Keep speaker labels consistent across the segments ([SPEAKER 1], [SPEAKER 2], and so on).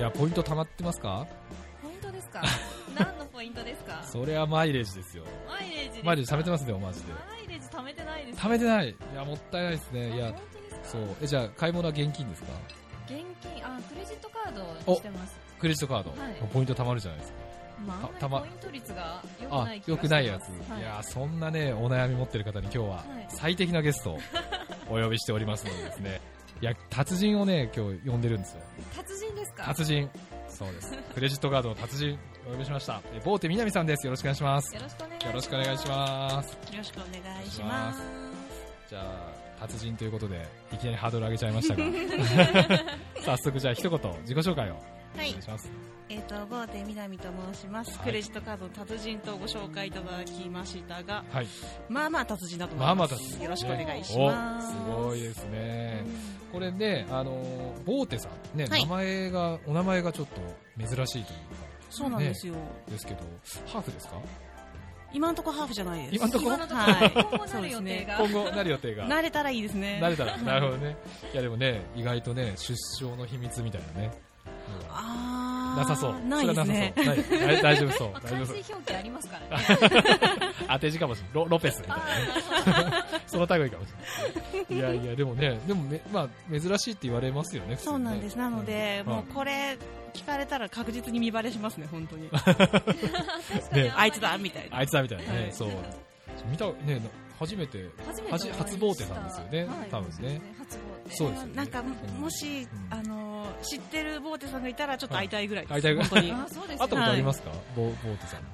[SPEAKER 1] らポイント貯まってますか
[SPEAKER 2] ポイントですか何のポイントですか
[SPEAKER 1] それはマイレージですよ。
[SPEAKER 2] マイレージですか
[SPEAKER 1] マイレージ貯めてますね、マジで。
[SPEAKER 2] マイレージ貯めてないです
[SPEAKER 1] 貯めてない。いや、もったいないです
[SPEAKER 2] あ
[SPEAKER 1] ね。いや
[SPEAKER 2] 本、当ですか
[SPEAKER 1] そう。え、じゃあ、買い物は現金ですか
[SPEAKER 2] 現金あクレジットカードしてます
[SPEAKER 1] クレジットカード。
[SPEAKER 2] はい
[SPEAKER 1] ポイント貯まるじゃないですか。
[SPEAKER 2] まあ、あんまり
[SPEAKER 1] たま
[SPEAKER 2] ポイント率が良く
[SPEAKER 1] あ
[SPEAKER 2] ない、気
[SPEAKER 1] 良
[SPEAKER 2] が
[SPEAKER 1] く
[SPEAKER 2] し
[SPEAKER 1] ないや
[SPEAKER 2] ま
[SPEAKER 1] つ。
[SPEAKER 2] す
[SPEAKER 1] い、やー、
[SPEAKER 2] は
[SPEAKER 1] そんなね、お悩み持ってる方に今日は
[SPEAKER 2] はい
[SPEAKER 1] 最適なゲスト をお呼びしておりますのでですね。いや、達人をね、今日呼んでるんですよ。
[SPEAKER 2] 達人ですか
[SPEAKER 1] 達人。そうです。クレジットカードの達人、お呼びしました。えボーテ南さんです。よろしくお願いします。
[SPEAKER 2] よろしくお願いします
[SPEAKER 1] よろしくお願いします。
[SPEAKER 3] よろしくお願いし
[SPEAKER 1] ま
[SPEAKER 3] ますす。
[SPEAKER 1] じゃあ、達人ということで、いきなりハードル上げちゃいましたが。 早速、じゃあ、一言、自己紹介をお
[SPEAKER 3] は
[SPEAKER 1] 願い
[SPEAKER 3] い、
[SPEAKER 1] します。
[SPEAKER 3] えっ、と、ボーテみなみと申します。
[SPEAKER 1] はい
[SPEAKER 3] クレジットカードの達人とご紹介いただきましたが、
[SPEAKER 1] はい。
[SPEAKER 3] まあまあ達人だと思います。
[SPEAKER 1] まあまあ達人
[SPEAKER 3] よろしくお願いし
[SPEAKER 1] お
[SPEAKER 3] ます。
[SPEAKER 1] すごいですね。これね、あのー、ボーテさん、ね、
[SPEAKER 3] はい
[SPEAKER 1] 名前が、お名前がちょっと珍しいという
[SPEAKER 3] そうなんですよ。
[SPEAKER 1] か、ですけど、ハーフですか
[SPEAKER 3] 今んとこハーフじゃないです。
[SPEAKER 1] 今んとこ
[SPEAKER 2] 今のところ、
[SPEAKER 3] はい
[SPEAKER 2] 今後
[SPEAKER 3] そ
[SPEAKER 2] な
[SPEAKER 3] う
[SPEAKER 2] る
[SPEAKER 3] で
[SPEAKER 2] 予定
[SPEAKER 3] すね
[SPEAKER 2] が、
[SPEAKER 1] 今後、なる予定が。
[SPEAKER 3] 慣れたらいいですね。
[SPEAKER 1] なれたら、なるほどね。いや、でもね、意外とね、出生の秘密みたいなね。のが
[SPEAKER 3] あー
[SPEAKER 1] なさそう。
[SPEAKER 3] ないですね。
[SPEAKER 1] それはなさそう。ない大丈夫 そう。
[SPEAKER 2] まあ、
[SPEAKER 1] 大丈
[SPEAKER 2] 漢
[SPEAKER 1] 夫
[SPEAKER 2] 字
[SPEAKER 1] そう。
[SPEAKER 2] 表記ありますからね
[SPEAKER 1] 当て字かもしれない。ロロペスみたいなね。その類かもしれない。いやいや、でもね、でもめ、まあ、珍しいって言われますよね、普通
[SPEAKER 3] そうなんです。なので、もうこれ聞かれたら確実に見バレしますね、本当に。
[SPEAKER 2] 確かに
[SPEAKER 1] ね
[SPEAKER 3] あいつだみたいな
[SPEAKER 1] あ。いつだみたいなね、
[SPEAKER 3] はい
[SPEAKER 1] そう。見た、ね、初めて、
[SPEAKER 2] 初めてお会い
[SPEAKER 1] 初
[SPEAKER 2] した
[SPEAKER 1] 初ボーテさんですよね
[SPEAKER 2] はい
[SPEAKER 1] 多分ね
[SPEAKER 2] そうです初ボーテ
[SPEAKER 1] そうですよね
[SPEAKER 3] なんか、もし、
[SPEAKER 1] ん
[SPEAKER 3] あのー、知ってるボーテさんがいたら、ちょっと会いたいぐらいです。
[SPEAKER 1] はい会いたいぐらい
[SPEAKER 3] 本当に。
[SPEAKER 2] あ
[SPEAKER 3] あ
[SPEAKER 2] そうですね
[SPEAKER 1] 会ったことありますか、ボボーテさん。
[SPEAKER 3] ー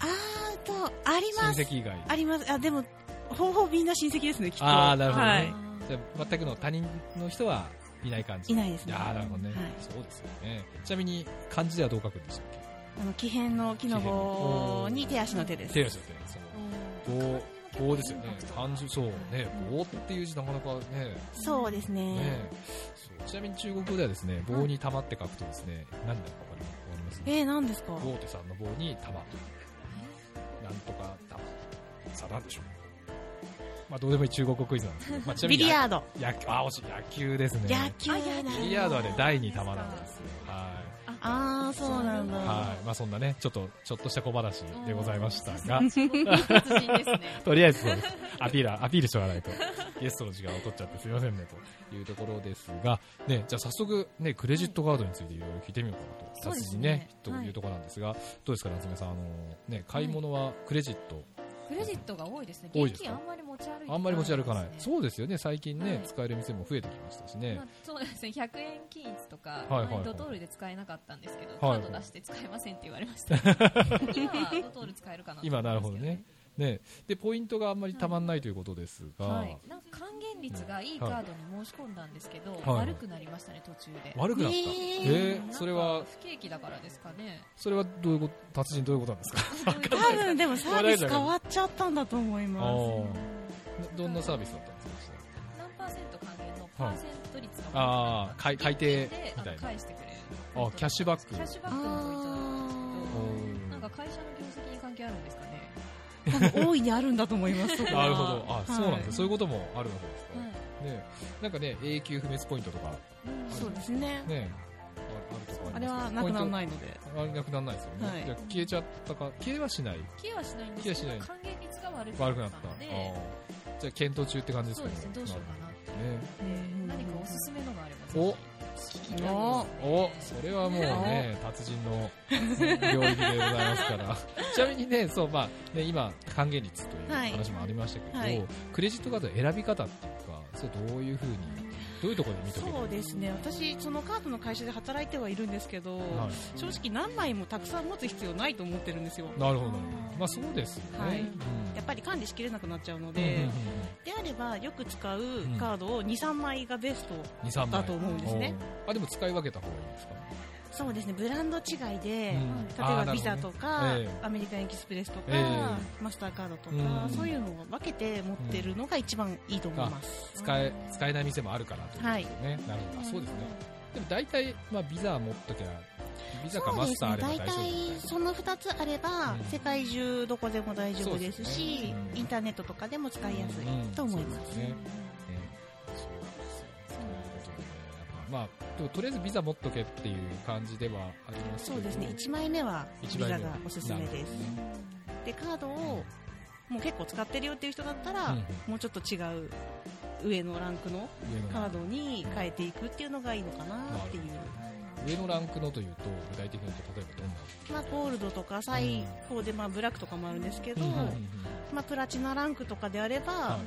[SPEAKER 3] と、あります。
[SPEAKER 1] 親戚以外。
[SPEAKER 3] あります。あ、でも、ほぼみんな親戚ですね、きっと。
[SPEAKER 1] あーなるほどね
[SPEAKER 3] は
[SPEAKER 2] はい
[SPEAKER 3] い。
[SPEAKER 1] じゃあ全くの他人の人はいない感じ
[SPEAKER 3] いないですね
[SPEAKER 1] あーなるほどね、
[SPEAKER 3] はい
[SPEAKER 1] そうですよね。ちなみに、漢字ではどう書くんでしたっ
[SPEAKER 3] あの、木片の木の棒に手足の手で
[SPEAKER 1] け
[SPEAKER 3] す。
[SPEAKER 1] 手足だって、その、棒、棒ですよね。
[SPEAKER 2] あ
[SPEAKER 1] 漢字、そうね、棒っていう字なかなかね、
[SPEAKER 3] そうですね。
[SPEAKER 1] ねそうちなみに中国語ではですね、棒に玉って書くとですね、何だかわかりますわかります
[SPEAKER 3] えー、何ですか
[SPEAKER 1] ゴーテさんの棒に玉。なんとか玉。さあ、なんでしょう。まあ、どうでもいい中国語クイズなんですけど、 まあ、ちなみ
[SPEAKER 3] ビ
[SPEAKER 1] に
[SPEAKER 3] リヤード。
[SPEAKER 1] 野球、あ、惜しい、野球ですね。
[SPEAKER 3] 野球
[SPEAKER 2] あ野球
[SPEAKER 1] ビリヤードはね、第二玉なんですよ。は
[SPEAKER 3] あー、そうなんだ。
[SPEAKER 1] い。はい。まあ、そんなね、ちょっと、ちょっとした小話でございましたが、
[SPEAKER 2] 達人ですね
[SPEAKER 1] とりあえずそうです、アピール、アピールしておかないと、ゲストの時間を取っちゃってすいませんね、というところですが、ね、じゃあ早速、ね、クレジットカードについていろいろ聞いてみようかなと、
[SPEAKER 2] そうです
[SPEAKER 1] に
[SPEAKER 2] ね
[SPEAKER 1] ね、というところなんですが、どうですか、夏目さん、あの、ね、買い物はクレジット、
[SPEAKER 2] クレジットが多いですね
[SPEAKER 1] 多い
[SPEAKER 2] 現
[SPEAKER 1] です
[SPEAKER 2] 金
[SPEAKER 1] か
[SPEAKER 2] あんまり持ち歩いてないですね
[SPEAKER 1] あんまり持ち歩かない。そうですよね、最近ね、
[SPEAKER 2] はい
[SPEAKER 1] 使える店も増えてきましたしね
[SPEAKER 2] まあ。そうですね100円均一とか、
[SPEAKER 1] はいはいはい
[SPEAKER 2] 前ドトールで使えなかったんですけど、
[SPEAKER 1] はい
[SPEAKER 2] カード出して使えませんって言われました今はドトール使えるかなと思
[SPEAKER 1] 今、
[SPEAKER 2] いますけ
[SPEAKER 1] なるほどね。ね、で、ポイントがあんまりたまんないということですが、
[SPEAKER 2] はい、なんか還元率がいいカードに申し込んだんですけど、
[SPEAKER 1] はい
[SPEAKER 2] 悪くなりましたね途中で
[SPEAKER 1] 悪くなった。
[SPEAKER 3] ね
[SPEAKER 1] え
[SPEAKER 3] え
[SPEAKER 1] ー
[SPEAKER 2] なんか
[SPEAKER 1] それは、
[SPEAKER 2] 不景気だからですかね
[SPEAKER 1] それはどういうこと、達人どういうことなんですか
[SPEAKER 3] 多分、でもサービス変わっちゃったんだと思い
[SPEAKER 1] あ
[SPEAKER 3] ます。
[SPEAKER 1] ーどどんなサービスだったんですか
[SPEAKER 2] 何パーセント還元のパーセント率が悪くなった
[SPEAKER 1] ああ、改改定
[SPEAKER 2] で
[SPEAKER 1] み
[SPEAKER 2] あ
[SPEAKER 1] た
[SPEAKER 2] の
[SPEAKER 1] いな。
[SPEAKER 2] 返してくれる
[SPEAKER 1] あキャッシュバック
[SPEAKER 2] キャッシュバックのポイントなんですけどなんか会社の業績に関係あるんですかね、
[SPEAKER 3] 多分大いにあるんだと思います。そこは
[SPEAKER 1] なるほど。あ、そうなんですね。
[SPEAKER 3] はい
[SPEAKER 1] そういうこともあるわけですか。ね、なんかね、永久不滅ポイントとか、
[SPEAKER 2] うん
[SPEAKER 3] そうですね。
[SPEAKER 1] ね、ああるとか。
[SPEAKER 3] あれはなくならないいので。
[SPEAKER 1] ポイントあれなくならないですよね。
[SPEAKER 3] はい
[SPEAKER 1] じゃあ消えちゃったか、消えはしない。
[SPEAKER 2] 消えはしないんですけ
[SPEAKER 1] 消え
[SPEAKER 2] ど
[SPEAKER 1] はし
[SPEAKER 2] 還元率が悪くな
[SPEAKER 1] 悪
[SPEAKER 2] っ
[SPEAKER 1] く
[SPEAKER 2] た
[SPEAKER 1] なっ
[SPEAKER 2] の
[SPEAKER 1] た。
[SPEAKER 2] で
[SPEAKER 1] あーじゃあ検討中って感じです
[SPEAKER 2] そ
[SPEAKER 1] か
[SPEAKER 2] う
[SPEAKER 1] ね
[SPEAKER 2] ですね。どうしようかなって
[SPEAKER 1] ね。
[SPEAKER 2] 何かおすすめのがあればぜひ聞きたいですね
[SPEAKER 3] お
[SPEAKER 1] お、それはもうね、達人の領域でございます から。ちなみにね、そう、まあ、ね、今、還元率という
[SPEAKER 3] はい
[SPEAKER 1] 話もありましたけど、
[SPEAKER 3] はい
[SPEAKER 1] クレジットカードの選び方っていうか、それどういうふうに、どういうところで見とけば
[SPEAKER 3] そ
[SPEAKER 1] いう
[SPEAKER 3] ですね私、そのカードの会社で働いてはいるんですけど、
[SPEAKER 1] い、はい
[SPEAKER 3] 正直、何枚もたくさん持つ必要ないと思ってるんですよ、
[SPEAKER 1] なるほど、なるほど。まあ、そうですよね。
[SPEAKER 3] はい
[SPEAKER 1] うん
[SPEAKER 3] やっぱり管理しきれなくなっちゃうの
[SPEAKER 1] うんうんうん
[SPEAKER 3] で、であればよく使うカードを2、3枚がベスト、
[SPEAKER 1] 二三枚
[SPEAKER 3] だと思うんですね
[SPEAKER 1] おーあでも使い分けた方がいいですか、
[SPEAKER 3] そうですねブランド違い
[SPEAKER 1] う
[SPEAKER 3] で、例え
[SPEAKER 1] んあー
[SPEAKER 3] ば
[SPEAKER 1] なる
[SPEAKER 3] ビ
[SPEAKER 1] ほどね
[SPEAKER 3] ザとか、
[SPEAKER 1] ええ
[SPEAKER 3] アメリカンエキスプレスとか、
[SPEAKER 1] え
[SPEAKER 3] マスターカードと
[SPEAKER 1] う
[SPEAKER 3] か
[SPEAKER 1] ん、
[SPEAKER 3] そういうのを分けて持ってるのが一番いいと思います。
[SPEAKER 1] 使え使えない店もあるからということですね、なるほどあそうですねでも大体、まあ、ビザ持っときゃビザかマスターあれば大丈夫
[SPEAKER 3] そうですね大体その2つあれば、
[SPEAKER 1] うん
[SPEAKER 3] 世界中どこでも大丈夫で
[SPEAKER 1] そ
[SPEAKER 3] す
[SPEAKER 1] うです
[SPEAKER 3] し
[SPEAKER 1] ねうん
[SPEAKER 3] インターネットとかでも使いやすいと思います、
[SPEAKER 1] うんうんそうですよね。そうですよね。そういうことでね、やっぱまあ、でもとりあえずビザ持っとけっていう感じではありますけ
[SPEAKER 3] そ
[SPEAKER 1] ど
[SPEAKER 3] うですね1枚目は
[SPEAKER 1] 一
[SPEAKER 3] ビ
[SPEAKER 1] 枚目
[SPEAKER 3] ザがおすすめですでカードをもう結構使ってるよっていう人だったら、
[SPEAKER 1] うんうん
[SPEAKER 3] もうちょっと違う上のランクの
[SPEAKER 1] 上の
[SPEAKER 3] カ
[SPEAKER 1] ラ
[SPEAKER 3] ー
[SPEAKER 1] ンク
[SPEAKER 3] ドに変えていくっていうのがいいのかなっていう、
[SPEAKER 1] 上のランクのというと具体的に言うと例えばどんな
[SPEAKER 3] まあ、ゴールドとか最高で、まあ、ブラックとかもあるんですけど、
[SPEAKER 1] うんうんうん
[SPEAKER 3] まあ、プラチナランクとかであれば
[SPEAKER 1] は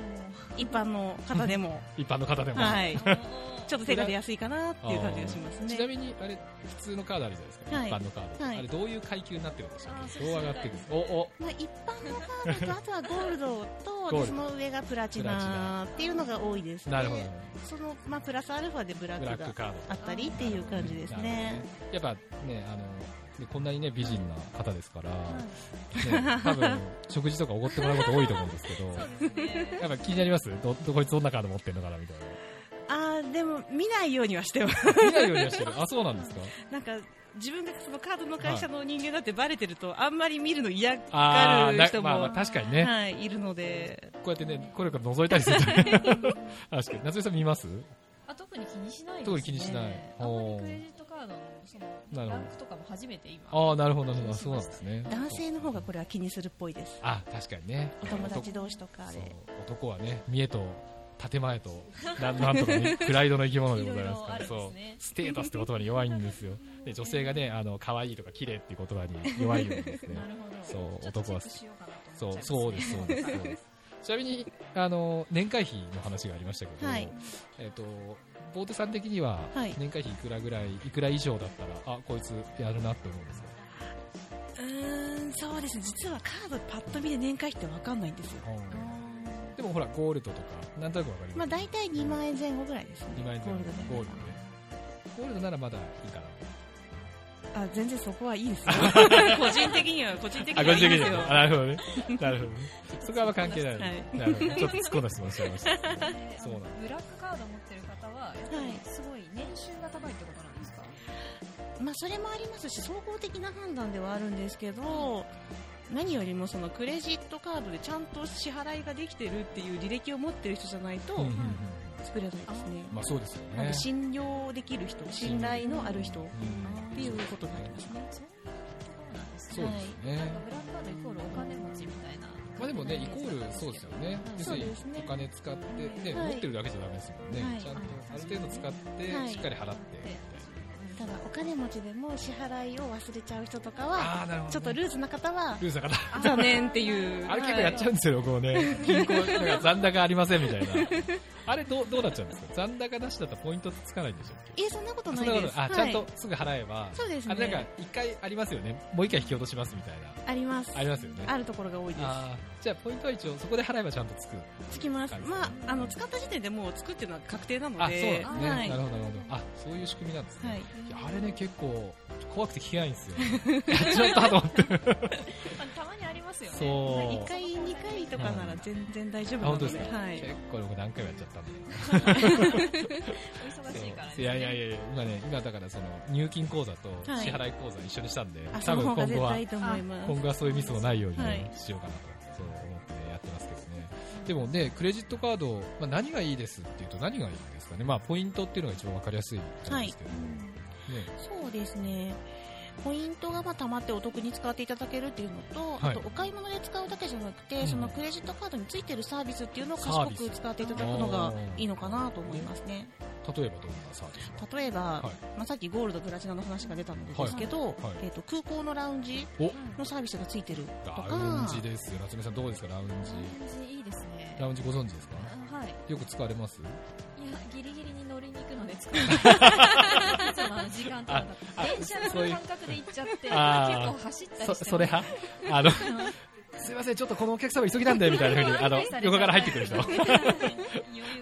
[SPEAKER 3] 一般の方でも、
[SPEAKER 1] 一般の 方でも、
[SPEAKER 3] はい、 ちょっと手が
[SPEAKER 1] 裏
[SPEAKER 3] 出やすいかなっていう感じがします
[SPEAKER 1] ちな
[SPEAKER 3] ね。
[SPEAKER 1] みにあれ普通のカードあるじゃないですか、
[SPEAKER 3] はい
[SPEAKER 1] 一般のカード、
[SPEAKER 3] はい
[SPEAKER 1] あれどういう階級になってるんでしょ
[SPEAKER 2] あー
[SPEAKER 1] う
[SPEAKER 2] そ
[SPEAKER 1] か
[SPEAKER 2] れ
[SPEAKER 1] どう上がってくるおお
[SPEAKER 3] まあ、一般のカードとあとはゴールド
[SPEAKER 1] ゴー
[SPEAKER 3] と
[SPEAKER 1] ルド
[SPEAKER 3] でその上がプラチ
[SPEAKER 1] プラチナ
[SPEAKER 3] ナっていうのが多いですね
[SPEAKER 1] なるほど
[SPEAKER 3] その、まあ、プラスアルファでブラ
[SPEAKER 1] ブ
[SPEAKER 3] ッ
[SPEAKER 1] ラ
[SPEAKER 3] ク
[SPEAKER 1] ック
[SPEAKER 3] が
[SPEAKER 1] カード
[SPEAKER 3] あったりっていう感じです
[SPEAKER 1] なる
[SPEAKER 3] ね
[SPEAKER 1] ほどやっぱねあのでこんなにね美人な方ですから、
[SPEAKER 2] い
[SPEAKER 1] ね、多 分食事とかおごってもらうこと多いと思うんですけど
[SPEAKER 2] そうですね。
[SPEAKER 1] やっぱ気になりますどどこいつどんなカード持ってんのかなみたい
[SPEAKER 3] あーでも見ないようには してます
[SPEAKER 1] な見ないようにはしてるあそうなんですか
[SPEAKER 3] なんか自分がそのカードの会社の人間だってバレてるとあんまり見るの嫌
[SPEAKER 1] あ
[SPEAKER 3] が
[SPEAKER 1] あ
[SPEAKER 3] る
[SPEAKER 1] な
[SPEAKER 3] 人も、
[SPEAKER 1] まあまあ確かにね、
[SPEAKER 3] はい、いるので
[SPEAKER 1] こうやってねこれから覗いたりするじゃない確かに夏井さん見ます
[SPEAKER 2] あ特に気にしないですね。
[SPEAKER 1] 特に気にしない
[SPEAKER 2] あんま
[SPEAKER 1] おー
[SPEAKER 2] りクレジットカードのそ
[SPEAKER 1] なるほど
[SPEAKER 2] のランクとかも初めて今。
[SPEAKER 1] ああなるほどなるほどあそうなんですね
[SPEAKER 3] 男性の方がこれは気にするっぽいです
[SPEAKER 1] あ確かにね
[SPEAKER 3] お友達同士とか
[SPEAKER 1] そ
[SPEAKER 3] で
[SPEAKER 1] う男はね見栄と建前 とななんとかねプライドの生き物でございますから
[SPEAKER 2] いろいろ
[SPEAKER 1] そ
[SPEAKER 2] あるんですね
[SPEAKER 1] うステータスって言葉に弱いんですよで女性がねあの可愛いとか綺麗っていう言葉に弱いようにですね
[SPEAKER 2] なるほど。
[SPEAKER 1] そう
[SPEAKER 2] ちょっと
[SPEAKER 1] 男は
[SPEAKER 2] チェックしようかなと
[SPEAKER 1] そう
[SPEAKER 2] 思っちゃいますね
[SPEAKER 1] そうですそうですそうですちなみにあの年会費の話がありましたけど、
[SPEAKER 3] はい
[SPEAKER 1] えっ、とボーテさん的には
[SPEAKER 3] はい
[SPEAKER 1] 年会費いくらぐらい、い、くら以上だったらあこいつやるなって思うんですよ
[SPEAKER 3] うーんそうですね実はカードパッと見で年会費って分かんないんですよ、
[SPEAKER 1] でもほらゴールドとかなんとなくわかります
[SPEAKER 3] まあ、大体2万円前後ぐらいですね
[SPEAKER 1] 2万円前後
[SPEAKER 3] ゴールドで
[SPEAKER 1] ゴールドねゴールドならまだいいかな
[SPEAKER 3] あ全然そこはい いですよ個人的には個人的に
[SPEAKER 1] あ、
[SPEAKER 3] は
[SPEAKER 1] ご
[SPEAKER 3] い
[SPEAKER 1] 自
[SPEAKER 3] いで
[SPEAKER 1] 身
[SPEAKER 3] す
[SPEAKER 1] で
[SPEAKER 3] よ
[SPEAKER 1] あなるほどね。なるほど ね。 そこはあんま関係ない。
[SPEAKER 3] はい
[SPEAKER 1] なるほど。ちょっと突っ込んだ質問しちゃいました。
[SPEAKER 2] で
[SPEAKER 1] そうなんだ
[SPEAKER 2] あのブラックカード持ってる方は、やっぱりすごい年収が高いってことなんですか、
[SPEAKER 3] まあ、それもありますし総合的な判断ではあるんですけど何よりもそのクレジットカードでちゃんと支払いができてるっていう履歴を持ってる人じゃないと
[SPEAKER 1] うんうんうん
[SPEAKER 3] 作れないですね、
[SPEAKER 1] まあそうですよ
[SPEAKER 3] なの
[SPEAKER 1] ね
[SPEAKER 3] で。信用できる人信頼のある人っ
[SPEAKER 1] うん
[SPEAKER 3] ていうことになりますね
[SPEAKER 2] そういうところなんですね。
[SPEAKER 1] そうですね
[SPEAKER 2] なんかブラックカードイコールお金持ちみたいな。
[SPEAKER 1] まあでもね、イコールそうですよね。
[SPEAKER 2] うん
[SPEAKER 1] 要るに
[SPEAKER 3] そうですね
[SPEAKER 1] お金使って、ね、
[SPEAKER 3] はい
[SPEAKER 1] 持ってるだけじゃダメですもん
[SPEAKER 3] は
[SPEAKER 1] ね。
[SPEAKER 3] い
[SPEAKER 1] ちゃんとある程度使っ
[SPEAKER 3] は
[SPEAKER 1] て、
[SPEAKER 3] い
[SPEAKER 1] しっかり払って。
[SPEAKER 3] ただお金持ちでも支払いを忘れちゃう人とかは
[SPEAKER 1] ああ、なるほどね。
[SPEAKER 3] ちょっとルーズな方は
[SPEAKER 1] ルーズな方。
[SPEAKER 3] 残念っていう
[SPEAKER 1] あれ結構やっちゃうんですよ、僕もね。銀行、なんか残高ありませんみたいな。あれどう、どうなっちゃうんですか残高なしだったらポイントつかないんでしょ
[SPEAKER 3] いえそんなこ
[SPEAKER 1] そ
[SPEAKER 3] となんい
[SPEAKER 1] なこと
[SPEAKER 3] です
[SPEAKER 1] あ、
[SPEAKER 3] はい
[SPEAKER 1] ちゃんとすぐ払えば。
[SPEAKER 3] そうです
[SPEAKER 1] あ
[SPEAKER 3] ね
[SPEAKER 1] れなんか一回ありますよね。もう一回引き落としますみたいな。
[SPEAKER 3] あります
[SPEAKER 1] ありますよね。
[SPEAKER 3] あるところが多いです
[SPEAKER 1] あーじゃあポイントは一応そこで払えばちゃんとつく。
[SPEAKER 3] つきます
[SPEAKER 1] はい、
[SPEAKER 3] まあ、あの使った時点でもうつくっていうのは確定なの
[SPEAKER 1] あ、そう
[SPEAKER 3] で、
[SPEAKER 1] なんですね。
[SPEAKER 3] はい
[SPEAKER 1] なるほどなるほど。あ、そういう仕組みなんですね。
[SPEAKER 3] はい
[SPEAKER 1] いやあれね結構怖くて聞けないんですよ。 やっちまったと思って。
[SPEAKER 2] あたまにありますよね。
[SPEAKER 1] そう
[SPEAKER 3] 1回、2回とかなら全然大丈夫
[SPEAKER 1] あ
[SPEAKER 3] な
[SPEAKER 1] 本
[SPEAKER 3] の
[SPEAKER 1] 当
[SPEAKER 3] で、
[SPEAKER 1] ですか。
[SPEAKER 3] はい
[SPEAKER 1] 結構僕何回もやっちゃったんで。
[SPEAKER 2] お忙しいからね。
[SPEAKER 1] いやいやいやいや今ね今だからその入金口座と
[SPEAKER 3] はい
[SPEAKER 1] 支払い口座一緒にしたんで、
[SPEAKER 3] あ
[SPEAKER 1] 多
[SPEAKER 3] その
[SPEAKER 1] 分
[SPEAKER 3] 方が
[SPEAKER 1] 今
[SPEAKER 3] 絶
[SPEAKER 1] 後は
[SPEAKER 3] 対いいと思います。
[SPEAKER 1] 今後はそういうミスもないようにね、
[SPEAKER 3] はい
[SPEAKER 1] しようかなとそう思って、ね、やってますけどねでもねクレジットカード、まあ、何がいいですっていうと何がいいですかねまあポイントっていうのが一番わかりやすいと思うんですけど、ね
[SPEAKER 3] そうですねポイントがまあ貯まってお得に使っていただけるっていうのと、
[SPEAKER 1] はい
[SPEAKER 3] あとお買い物で使うだけじゃなくて、
[SPEAKER 1] うん
[SPEAKER 3] そのクレジットカードについてるサービスっていうのを
[SPEAKER 1] サ
[SPEAKER 3] 賢
[SPEAKER 1] ービス
[SPEAKER 3] く使っていただくのがいいのかなと思いますね。
[SPEAKER 1] 例えばどんなサービス
[SPEAKER 3] 例えば、
[SPEAKER 1] はい
[SPEAKER 3] まあ、さっきゴールドプラチナの話が出たんですけど、
[SPEAKER 1] はい
[SPEAKER 3] えー、と空港のラウンジ
[SPEAKER 1] お
[SPEAKER 3] のサービスがついてるとか
[SPEAKER 1] ラウンジですよ夏目さんどうですかラウンジ
[SPEAKER 2] 感じいいですね。
[SPEAKER 1] ラウンジご存知ですか
[SPEAKER 2] あはい。
[SPEAKER 1] よく使われます
[SPEAKER 2] いや、ギリギリに乗りに行くので使う。 その時間とかだ
[SPEAKER 1] ああ
[SPEAKER 2] と。電車
[SPEAKER 1] そういう
[SPEAKER 2] の感覚で行っちゃって、結
[SPEAKER 1] あー
[SPEAKER 2] 構走ったりして
[SPEAKER 1] そ
[SPEAKER 2] も。
[SPEAKER 1] それ派あのすいませんちょっとこのお客様急ぎなんでみたいなふうにあの 横から入ってくる人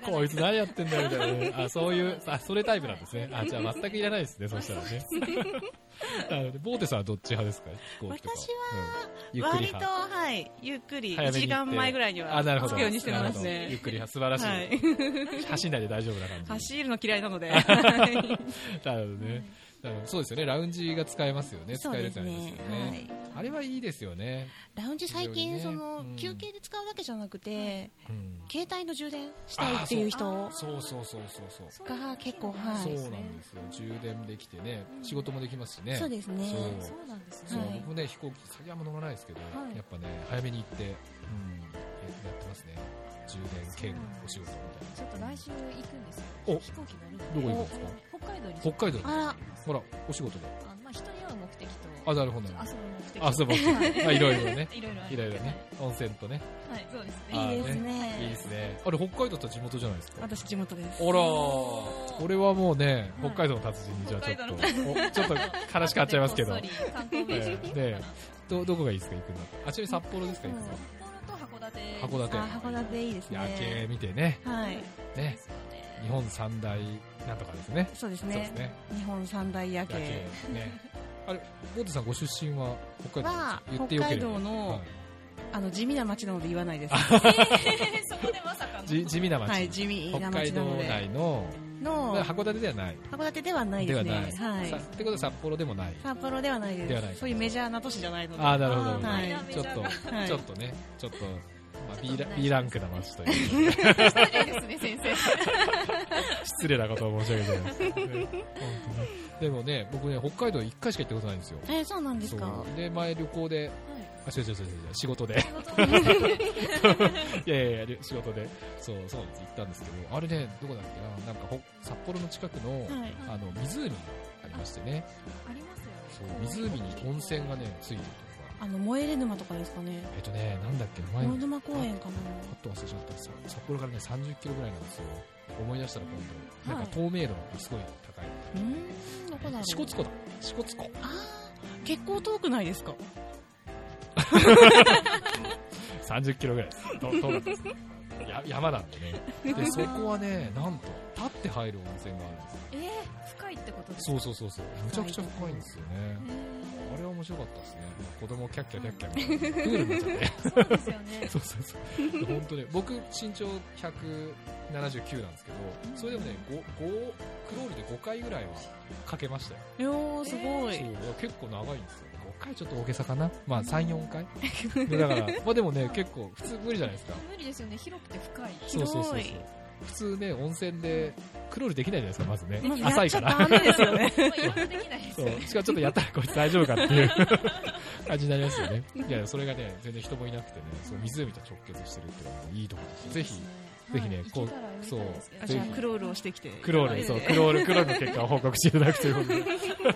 [SPEAKER 1] こいつ何やってんだみたいなね、あそういうあそれタイプなんですねあじゃあ全くいらないですねそしたら ねなのでボーテさんはどっち派ですか飛行機とか
[SPEAKER 3] 私
[SPEAKER 1] は、うんゆっくり
[SPEAKER 3] 割と、
[SPEAKER 1] 派
[SPEAKER 3] はい、ゆっくり、
[SPEAKER 1] 早
[SPEAKER 3] 1
[SPEAKER 1] めに
[SPEAKER 3] 時
[SPEAKER 1] 行って
[SPEAKER 3] 間前ぐらいには
[SPEAKER 1] あなるほ
[SPEAKER 3] 着
[SPEAKER 1] ど
[SPEAKER 3] くようにしてます
[SPEAKER 1] なるほどゆっ
[SPEAKER 3] ね。
[SPEAKER 1] くり派素晴らしい、
[SPEAKER 3] はい、
[SPEAKER 1] 走んないで大丈夫な感じ
[SPEAKER 3] 走るの嫌いなので、はい
[SPEAKER 1] なるほどね、なるほどそうですよねラウンジが使えますよね使
[SPEAKER 3] そう
[SPEAKER 1] える
[SPEAKER 3] で
[SPEAKER 1] って
[SPEAKER 3] す
[SPEAKER 1] あります
[SPEAKER 3] ね
[SPEAKER 1] よね、
[SPEAKER 3] はい
[SPEAKER 1] あれはいいですよね。
[SPEAKER 3] ラウンジ最近、
[SPEAKER 1] 非常
[SPEAKER 3] そ
[SPEAKER 1] にね
[SPEAKER 3] の、
[SPEAKER 1] うん
[SPEAKER 3] 休憩で使うわけじゃなくて、
[SPEAKER 1] うん
[SPEAKER 3] 携帯の充電したいっていう人
[SPEAKER 1] そうそうそうそうそう。
[SPEAKER 3] が結構はい
[SPEAKER 1] そう
[SPEAKER 3] で
[SPEAKER 1] なんですよ。充電できてね
[SPEAKER 2] う、ん
[SPEAKER 1] 仕事もできますしね。
[SPEAKER 3] そうです
[SPEAKER 1] そ
[SPEAKER 3] ね
[SPEAKER 1] う
[SPEAKER 2] そうなんですね。
[SPEAKER 1] そう
[SPEAKER 3] はい
[SPEAKER 1] 僕ね、飛行機、先はあんま乗らないですけど、
[SPEAKER 2] はい
[SPEAKER 1] やっぱね、早めに行って、うん、やってますね。充電兼お仕事みたい
[SPEAKER 2] ちょっと来週行くんですよ。
[SPEAKER 1] お
[SPEAKER 2] 飛行機乗る
[SPEAKER 1] どこ
[SPEAKER 2] の
[SPEAKER 1] 行くんですか
[SPEAKER 2] 北海道に。
[SPEAKER 1] な。北海道に
[SPEAKER 3] あら
[SPEAKER 1] ほら、お仕事で。
[SPEAKER 2] あのまあ人に会う目的と。
[SPEAKER 1] あ、なるほど。
[SPEAKER 2] 遊ぶ目的。
[SPEAKER 1] あ遊ぶ目 的まあいろいろね
[SPEAKER 2] いろいろある
[SPEAKER 1] いろいろね。温泉とね。
[SPEAKER 2] はい。はい、そうですね。
[SPEAKER 1] あ
[SPEAKER 3] い
[SPEAKER 1] ー
[SPEAKER 3] いです
[SPEAKER 1] いいで
[SPEAKER 3] ね
[SPEAKER 1] すね。あれ、北海道って地元じゃないですか。
[SPEAKER 3] 私地元です
[SPEAKER 1] あらー、これはもうね、
[SPEAKER 2] はい
[SPEAKER 1] 北海道の達人に、じゃあちょっと、
[SPEAKER 2] 北
[SPEAKER 1] おちょっと 話変わっちゃいますけど、
[SPEAKER 2] こっそり観光名所に行こうかな
[SPEAKER 1] ええねど、どこがいいですか、行くのあ、ちなみに札幌ですか、行くの
[SPEAKER 2] 札幌と函館。
[SPEAKER 1] 函館
[SPEAKER 3] あ函館いいです
[SPEAKER 1] 夜景
[SPEAKER 3] ね
[SPEAKER 1] 見てね、
[SPEAKER 3] はい
[SPEAKER 1] ね
[SPEAKER 2] で、すよね
[SPEAKER 1] 日本三大なんとかですね。
[SPEAKER 3] そうです
[SPEAKER 1] そうで
[SPEAKER 3] ね
[SPEAKER 1] すね。
[SPEAKER 3] 日本三大夜
[SPEAKER 1] 夜景
[SPEAKER 3] 景
[SPEAKER 1] ね。あれ、ゴートさんご出身は北海道なん
[SPEAKER 3] は
[SPEAKER 1] ですか言って
[SPEAKER 3] 北
[SPEAKER 1] よけ
[SPEAKER 3] 海
[SPEAKER 1] れば。
[SPEAKER 3] 道の
[SPEAKER 1] はい
[SPEAKER 3] あの地味な町なので言わないです
[SPEAKER 2] そこでまさかの。
[SPEAKER 1] じ地味な町。
[SPEAKER 3] はい地味
[SPEAKER 1] 北
[SPEAKER 3] な
[SPEAKER 1] 海
[SPEAKER 3] 町な
[SPEAKER 1] 道
[SPEAKER 3] ので
[SPEAKER 1] 内の、
[SPEAKER 3] の
[SPEAKER 1] 函館ではない。
[SPEAKER 3] 函館ではないです
[SPEAKER 1] ではな
[SPEAKER 3] ね
[SPEAKER 1] い
[SPEAKER 3] はい
[SPEAKER 1] さってことは札幌でもない。
[SPEAKER 3] 札幌ではない
[SPEAKER 1] ではな
[SPEAKER 3] で
[SPEAKER 1] い
[SPEAKER 3] すそういうメジャーな都市じゃないので
[SPEAKER 1] ああ、なるほど。
[SPEAKER 3] は
[SPEAKER 1] ないるほどちょっと、
[SPEAKER 3] はい
[SPEAKER 1] ちょっとね、ちょっと、まあ、
[SPEAKER 2] ちょっ
[SPEAKER 1] B
[SPEAKER 2] と
[SPEAKER 1] ラ
[SPEAKER 2] ね
[SPEAKER 1] B ランクな街というか
[SPEAKER 2] 失礼ですね、先生。
[SPEAKER 1] 失礼なことを申し上げてます、ね本当にでもね、僕ね、北海道一回しか行ったことないんですよ。
[SPEAKER 3] えーそうなんですか
[SPEAKER 1] そうで、前旅行で、あ、違う違う違う違う、仕事で。いやいやいや、仕事で、そう、そうなんです、行ったんですけど、あれね、どこだっけな、なんかほ、札幌の近くの、
[SPEAKER 3] はい
[SPEAKER 1] あの、湖がありましてね、
[SPEAKER 2] ありますよね。
[SPEAKER 1] そう、湖に温泉がね、ついてるとか、
[SPEAKER 3] あの萌えれ沼とかですかね
[SPEAKER 1] えっとね、なんだっけ、前
[SPEAKER 3] 大
[SPEAKER 1] の、
[SPEAKER 3] 沼公園かな
[SPEAKER 1] パッと忘れちゃったさ札幌からね30キロぐらいなんですよ思い出したら今度、
[SPEAKER 2] はい
[SPEAKER 1] なんか透明度がすごい高い、
[SPEAKER 3] うーんどこだろう
[SPEAKER 1] 支笏湖だ支笏湖
[SPEAKER 3] あー結構遠くないですか
[SPEAKER 1] 30キロぐらいですどどうなんですかや山なんでね でそこはねなんと立って入る温泉があるんですよ
[SPEAKER 2] えー、深いってことです
[SPEAKER 1] そうそうそうそうむちゃくちゃ深いんですよねあれは面白かったですね子供キャッキャキャッキャみたいなプールになっちゃ って
[SPEAKER 2] そうですよね。
[SPEAKER 1] そうそうそうで本当ね僕身長179なんですけどそれでもねごごクロールで5回ぐらいはかけましたよ
[SPEAKER 3] いやーすごい、
[SPEAKER 1] そう結構長いんですよ5回ちょっと大げさかなまあ34回 でだからまあでもね結構普通無理じゃないですか
[SPEAKER 2] 無理ですよね、広くて深い。
[SPEAKER 1] そうそうそうそう
[SPEAKER 3] ひどい
[SPEAKER 1] 普通ね温泉でクロールできないじゃないですかまずね
[SPEAKER 3] まずや
[SPEAKER 1] 浅
[SPEAKER 3] っ
[SPEAKER 1] い
[SPEAKER 3] ちゃ
[SPEAKER 1] から
[SPEAKER 3] ダメです よね
[SPEAKER 2] まあ、予約できないです
[SPEAKER 1] そ
[SPEAKER 2] よね
[SPEAKER 1] う。しかもちょっとやったらこいつ大丈夫かって いう感じになりますよねいやいやそれがね全然人もいなくてねそう湖と直結してるっていうのもいいところですぜひぜひね
[SPEAKER 2] はい、
[SPEAKER 1] こう
[SPEAKER 2] 行けたら読みたいですけど
[SPEAKER 1] そう
[SPEAKER 3] じゃあ
[SPEAKER 1] ぜひ
[SPEAKER 3] クロールをしてきて
[SPEAKER 1] クロール、そう、クロール、クロールの結果を報告していただくということで、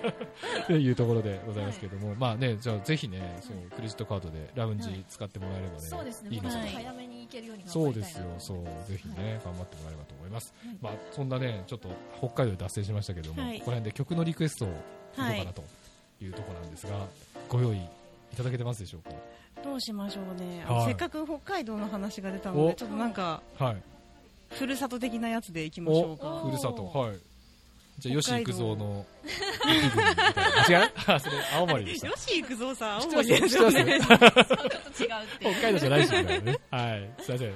[SPEAKER 1] というところでございますけれども、まあね、じゃあぜひね、そう、クレジットカードでラウンジ使ってもらえればね、
[SPEAKER 2] そうですね、
[SPEAKER 1] いいで
[SPEAKER 2] もう
[SPEAKER 1] す
[SPEAKER 2] ちょっ
[SPEAKER 1] ね
[SPEAKER 2] と。早めに行けるように頑
[SPEAKER 1] そ
[SPEAKER 2] 張
[SPEAKER 1] う
[SPEAKER 2] り
[SPEAKER 1] で
[SPEAKER 2] たい
[SPEAKER 1] す
[SPEAKER 2] な
[SPEAKER 1] よ
[SPEAKER 2] と、
[SPEAKER 1] そう、ぜひ
[SPEAKER 2] はい
[SPEAKER 1] ね、頑張ってもらえればと思います
[SPEAKER 2] はい。
[SPEAKER 1] まあ、そんなね、ちょっと北海道で脱線しましたけれども、こ
[SPEAKER 3] はい
[SPEAKER 1] こら辺で曲のリクエストをいこ
[SPEAKER 3] は
[SPEAKER 1] うか
[SPEAKER 3] い
[SPEAKER 1] なというところなんですが、ご用意いただけてますでしょう
[SPEAKER 3] どうしましょうね、あの
[SPEAKER 1] はい
[SPEAKER 3] せっかく北海道の話が出たの
[SPEAKER 1] お
[SPEAKER 3] でちょっとなんか
[SPEAKER 1] かはい。
[SPEAKER 3] ふるさと的なやつでいきましょうか
[SPEAKER 1] お、ふるさと、はい。じゃあ、吉
[SPEAKER 3] 北海道
[SPEAKER 1] 幾三の、雪国みたいな違うあ、それ、青森でした。
[SPEAKER 3] よし行くぞさ
[SPEAKER 1] 知
[SPEAKER 3] 青
[SPEAKER 1] ってま
[SPEAKER 3] 森
[SPEAKER 1] す
[SPEAKER 3] ですよね
[SPEAKER 2] ちょっ と違うって
[SPEAKER 1] 北
[SPEAKER 2] いう。
[SPEAKER 1] 海道じゃないし、みたいなね。はい。すいません。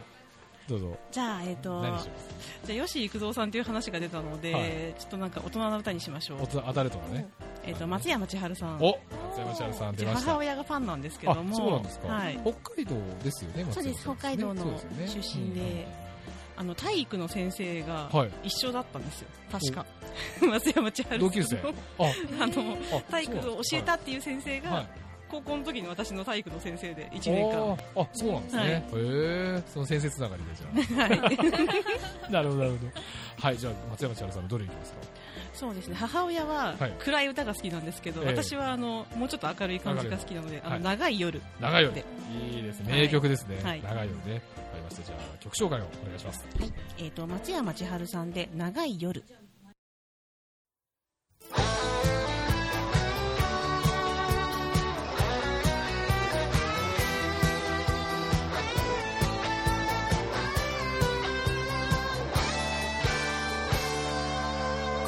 [SPEAKER 1] どうぞ。
[SPEAKER 3] じゃあえっ、と
[SPEAKER 1] 何します
[SPEAKER 3] じゃあよし行くぞさんという話が出たので、
[SPEAKER 1] はい
[SPEAKER 3] ちょっとなんか大人の歌にしましょう
[SPEAKER 1] 大人、アダルトのね。
[SPEAKER 3] えっ、と松山千春さん
[SPEAKER 1] お松山千春さん
[SPEAKER 3] う
[SPEAKER 1] 出
[SPEAKER 3] ち
[SPEAKER 1] ました。
[SPEAKER 3] 母
[SPEAKER 1] あ、
[SPEAKER 3] 親がファンなんですけ
[SPEAKER 1] そう
[SPEAKER 3] ども
[SPEAKER 1] なんですか。
[SPEAKER 3] はい、
[SPEAKER 1] 北海道ですよね、松山さん
[SPEAKER 3] そうです北海道の
[SPEAKER 1] そうですよね
[SPEAKER 3] 出身であの体育の先生が
[SPEAKER 1] はい
[SPEAKER 3] 一緒だったんですよ、確か 松山千
[SPEAKER 1] うん
[SPEAKER 3] 春
[SPEAKER 1] 同級 生。
[SPEAKER 3] さんのあの
[SPEAKER 1] あ、あ
[SPEAKER 3] 体育を教えた
[SPEAKER 1] は
[SPEAKER 3] っていう先生
[SPEAKER 1] いはい
[SPEAKER 3] が。高校の時に私の体育の先生で1年間
[SPEAKER 1] あーあ、そうなんですね。
[SPEAKER 3] はい
[SPEAKER 1] へえ、その先生つながりでじ ゃあ。 なるほど、なるほど。はい、じゃあ、松山千春さんのどれいきますか
[SPEAKER 3] そうですね母親は
[SPEAKER 1] はい
[SPEAKER 3] 暗い歌が好きなんですけど、
[SPEAKER 1] ええ
[SPEAKER 3] 私はあのもうちょっと明るい感じが好きなので「
[SPEAKER 1] 明るい
[SPEAKER 3] あの長い夜
[SPEAKER 1] 長い夜
[SPEAKER 3] で。
[SPEAKER 1] いいですね。
[SPEAKER 3] はい
[SPEAKER 1] 名曲ですね。
[SPEAKER 3] はい
[SPEAKER 1] 長い夜ね。わかりました。じゃあ、曲紹介をお願いします。」
[SPEAKER 3] はいえー、と松山千春さんで「長い夜」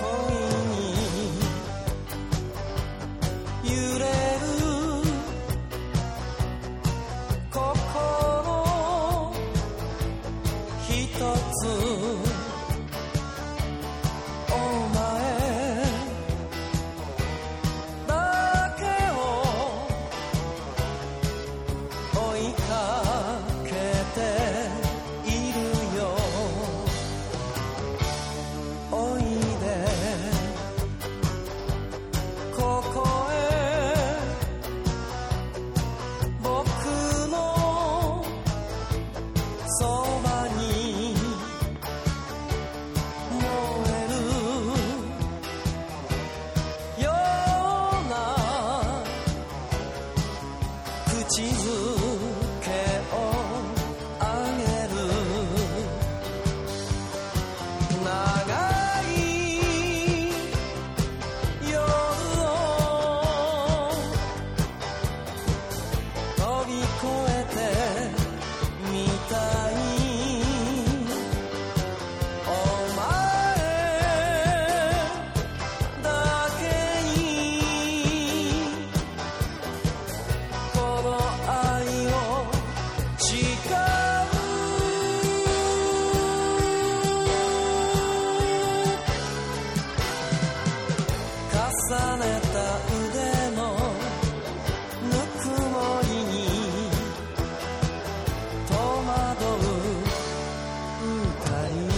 [SPEAKER 4] 恋に揺れる心ひとつ口づけをあげる長い夜を飛び越えてみたいお前だけにこの愛を誓う重ねた腕のぬくもりに戸惑う二人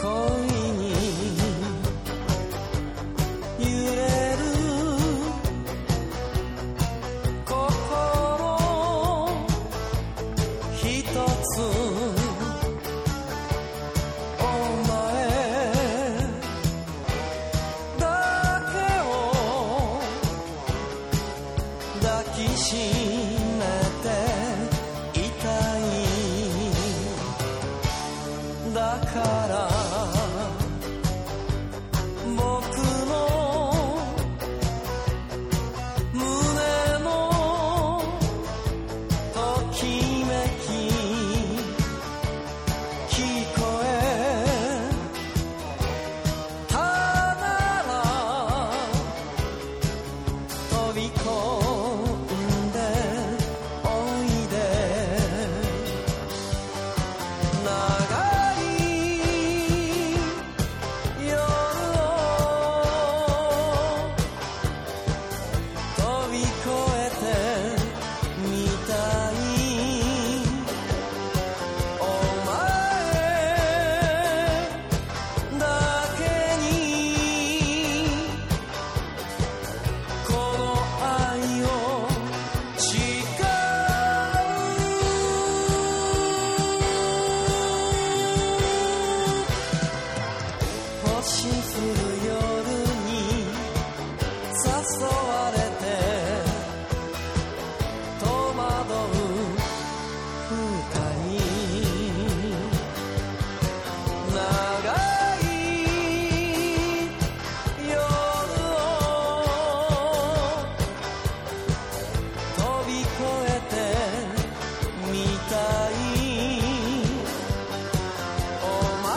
[SPEAKER 4] 恋に揺れる心ひとつお前だけを抱きしめていたいだから僕の胸もときめき聞こえたなら飛び込んでおいで長い夜を飛び越えてみたいお前だけにこの愛を誓う星降る夜に誘われて戸惑う二人長い夜を飛び越えてみたいお前